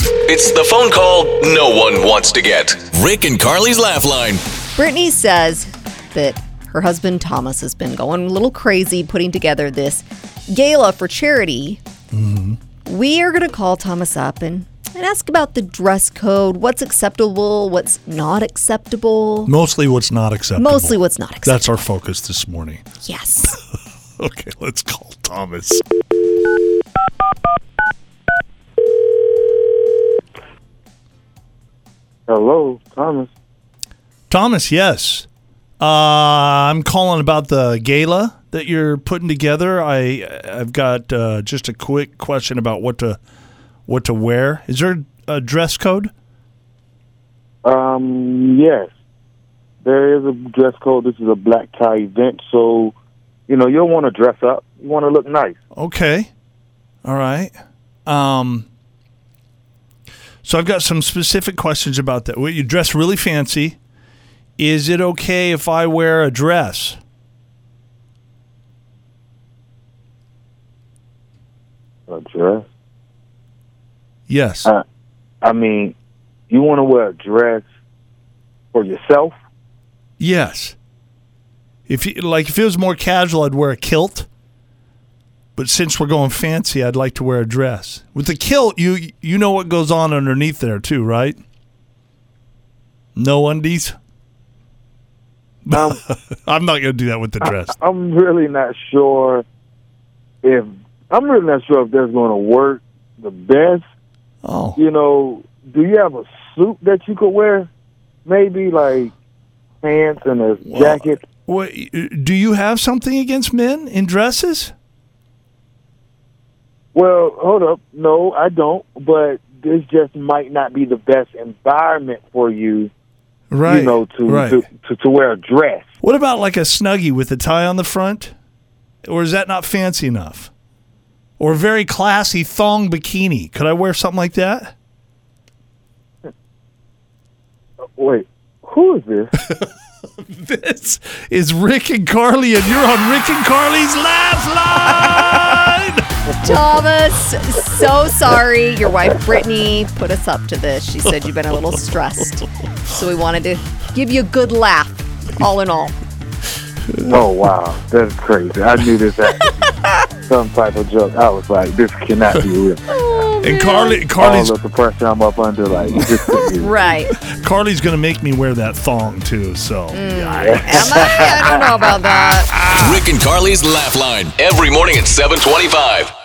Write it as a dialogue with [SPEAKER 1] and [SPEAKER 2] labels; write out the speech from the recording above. [SPEAKER 1] It's the phone call no one wants to get. Rick and Carly's Laugh Line.
[SPEAKER 2] Brittany says that her husband Thomas has been going a little crazy putting together this gala for charity. We are going to call Thomas up and, and ask about the dress code, what's acceptable, what's not acceptable,
[SPEAKER 3] Mostly what's not acceptable.
[SPEAKER 2] mostly what's not acceptable.
[SPEAKER 3] That's our focus this morning.
[SPEAKER 2] yes.
[SPEAKER 3] Okay, let's call Thomas.
[SPEAKER 4] Hello, Thomas.
[SPEAKER 3] Thomas, yes. Uh, I'm calling about the gala that you're putting together. I I've got uh, just a quick question about what to what to wear. Is there a dress code?
[SPEAKER 4] Um, yes, there is a dress code. This is a black tie event, so you know you'll want to dress up. You want to look nice.
[SPEAKER 3] Okay. All right. Um, so I've got some specific questions about that. Well, You dress really fancy. Is it okay if I wear a dress?
[SPEAKER 4] A dress.
[SPEAKER 3] Yes.
[SPEAKER 4] Uh, I mean, you want to wear a dress for yourself.
[SPEAKER 3] Yes. If you, like if it was more casual, I'd wear a kilt. But since we're going fancy, I'd like to wear a dress. With the kilt, you you know what goes on underneath there too, right? No undies.
[SPEAKER 4] Um,
[SPEAKER 3] I'm not going to do that with the dress.
[SPEAKER 4] I'm really not sure if I'm really not sure if that's going to work the best.
[SPEAKER 3] Oh.
[SPEAKER 4] You know, do you have a suit that you could wear? Maybe like pants and a jacket.
[SPEAKER 3] What, do you have something against men in dresses?
[SPEAKER 4] Well, hold up. No, I don't. But this just might not be the best environment for you,
[SPEAKER 3] Right.
[SPEAKER 4] you know, to,
[SPEAKER 3] right.
[SPEAKER 4] to, to to wear a dress.
[SPEAKER 3] What about like a snuggie with a tie on the front? Or is that not fancy enough? Or a very classy thong bikini? Could I wear something like that?
[SPEAKER 4] Wait, who is this?
[SPEAKER 3] This is Rick and Carly, and you're on Rick and Carly's Laugh Line.
[SPEAKER 2] Thomas, so sorry. Your wife Brittany put us up to this. She said you've been a little stressed. So we wanted to give you a good laugh, all in all.
[SPEAKER 4] oh wow, that's crazy. I knew this had to be some type of joke. I was like, this cannot be real.
[SPEAKER 3] and Carly, Carly's,
[SPEAKER 4] All of the pressure I'm up under, like this could be real.
[SPEAKER 2] Right.
[SPEAKER 3] Carly's gonna make me wear that thong too. So
[SPEAKER 2] Am I? I don't know about that.
[SPEAKER 1] Rick and Carly's Laugh Line. Every morning at 725.